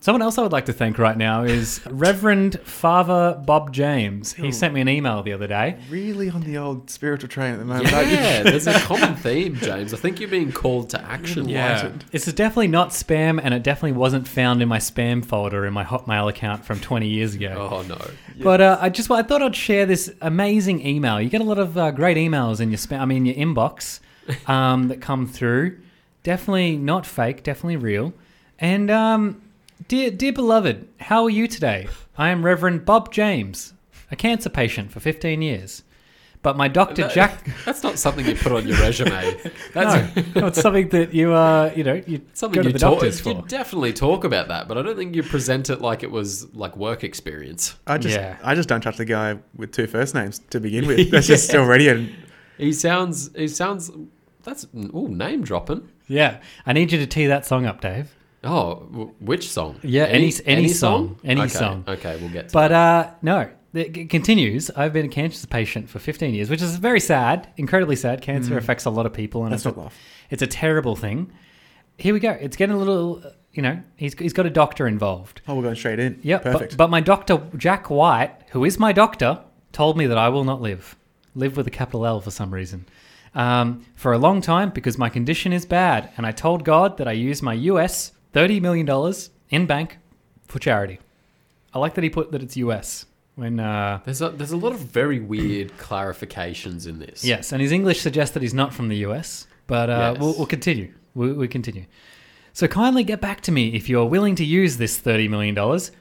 Someone else I would like to thank right now is Reverend Father Bob James. He sent me an email the other day. Really on the old spiritual train at the moment. aren't you? Yeah, there's a common theme, James. I think you're being called to action. Yeah. This is definitely not spam, and it definitely wasn't found in my spam folder in my Hotmail account from 20 years ago. Oh no. But uh, I just I thought I'd share this amazing email. You get a lot of uh, great emails in your spam. I mean, your inbox um, that come through. Definitely not fake. Definitely real. And um, dear dear beloved, how are you today? I am Reverend Bob James, a cancer patient for 15 years. But my doctor That- Jack. That's not something you put on your resume. That's No, no, it's something that you uh, you know you something go to you the talk. doctors for. You definitely talk about that, but I don't think you present it like it was like work experience. I just Yeah. I just don't trust the guy with two first names to begin with. That's just already a He sounds. He sounds. That's ooh name dropping. Yeah, I need you to tee that song up, Dave. Oh, w- which song? Yeah, any- any song. Any okay. song. Okay, we'll get to But uh, no, it c- continues. I've been a cancer patient for 15 years, which is very sad, incredibly sad. Cancer affects a lot of people, and Let's it's, a, not laugh. it's a terrible thing. Here we go. It's getting a little, you know, he's, he's got a doctor involved. Oh, we're going straight in. Yeah, Perfect. but, but my doctor, Jack White, who is my doctor, told me that I will not live. Live with a capital L for some reason. Um, for a long time because my condition is bad, and I told God that I use my US $30 million in bank for charity. I like that he put that it's US when. Uh, There's a, there's a lot of very weird clarifications in this. Yes, and his English suggests that he's not from the US, but uh, Yes. we'll, we'll continue. We, we continue. So kindly get back to me if you are willing to use this $30 million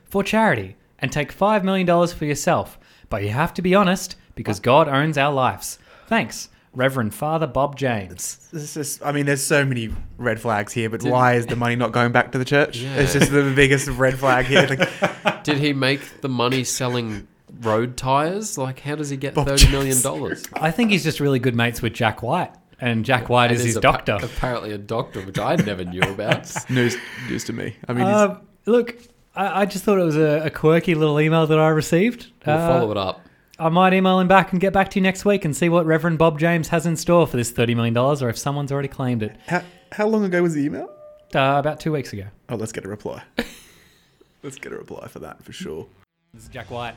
for charity and take $5 million for yourself. But you have to be honest because God owns our lives. Thanks, Reverend Father Bob James. This is, I mean, there's so many red flags here, but Did- why is the money not going back to the church? Yeah. It's just the biggest red flag here. Like, Did he make the money selling road tires? Like, how does he get Bob thirty million dollars? I think he's just really good mates with Jack White, and Jack White is his doctor. apparently a doctor, which I never knew about. news, news to me. I mean, it's- Um, look, I, I just thought it was a, a quirky little email that I received. We'll Uh, follow it up. I might email him back and get back to you next week and see what Reverend Bob James has in store for this $30 million or if someone's already claimed it. how, how long ago was the email? Uh, about two weeks ago. Oh, let's get a reply. let's get a reply for that for sure. This is Jack White.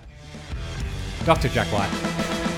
Dr. Jack White.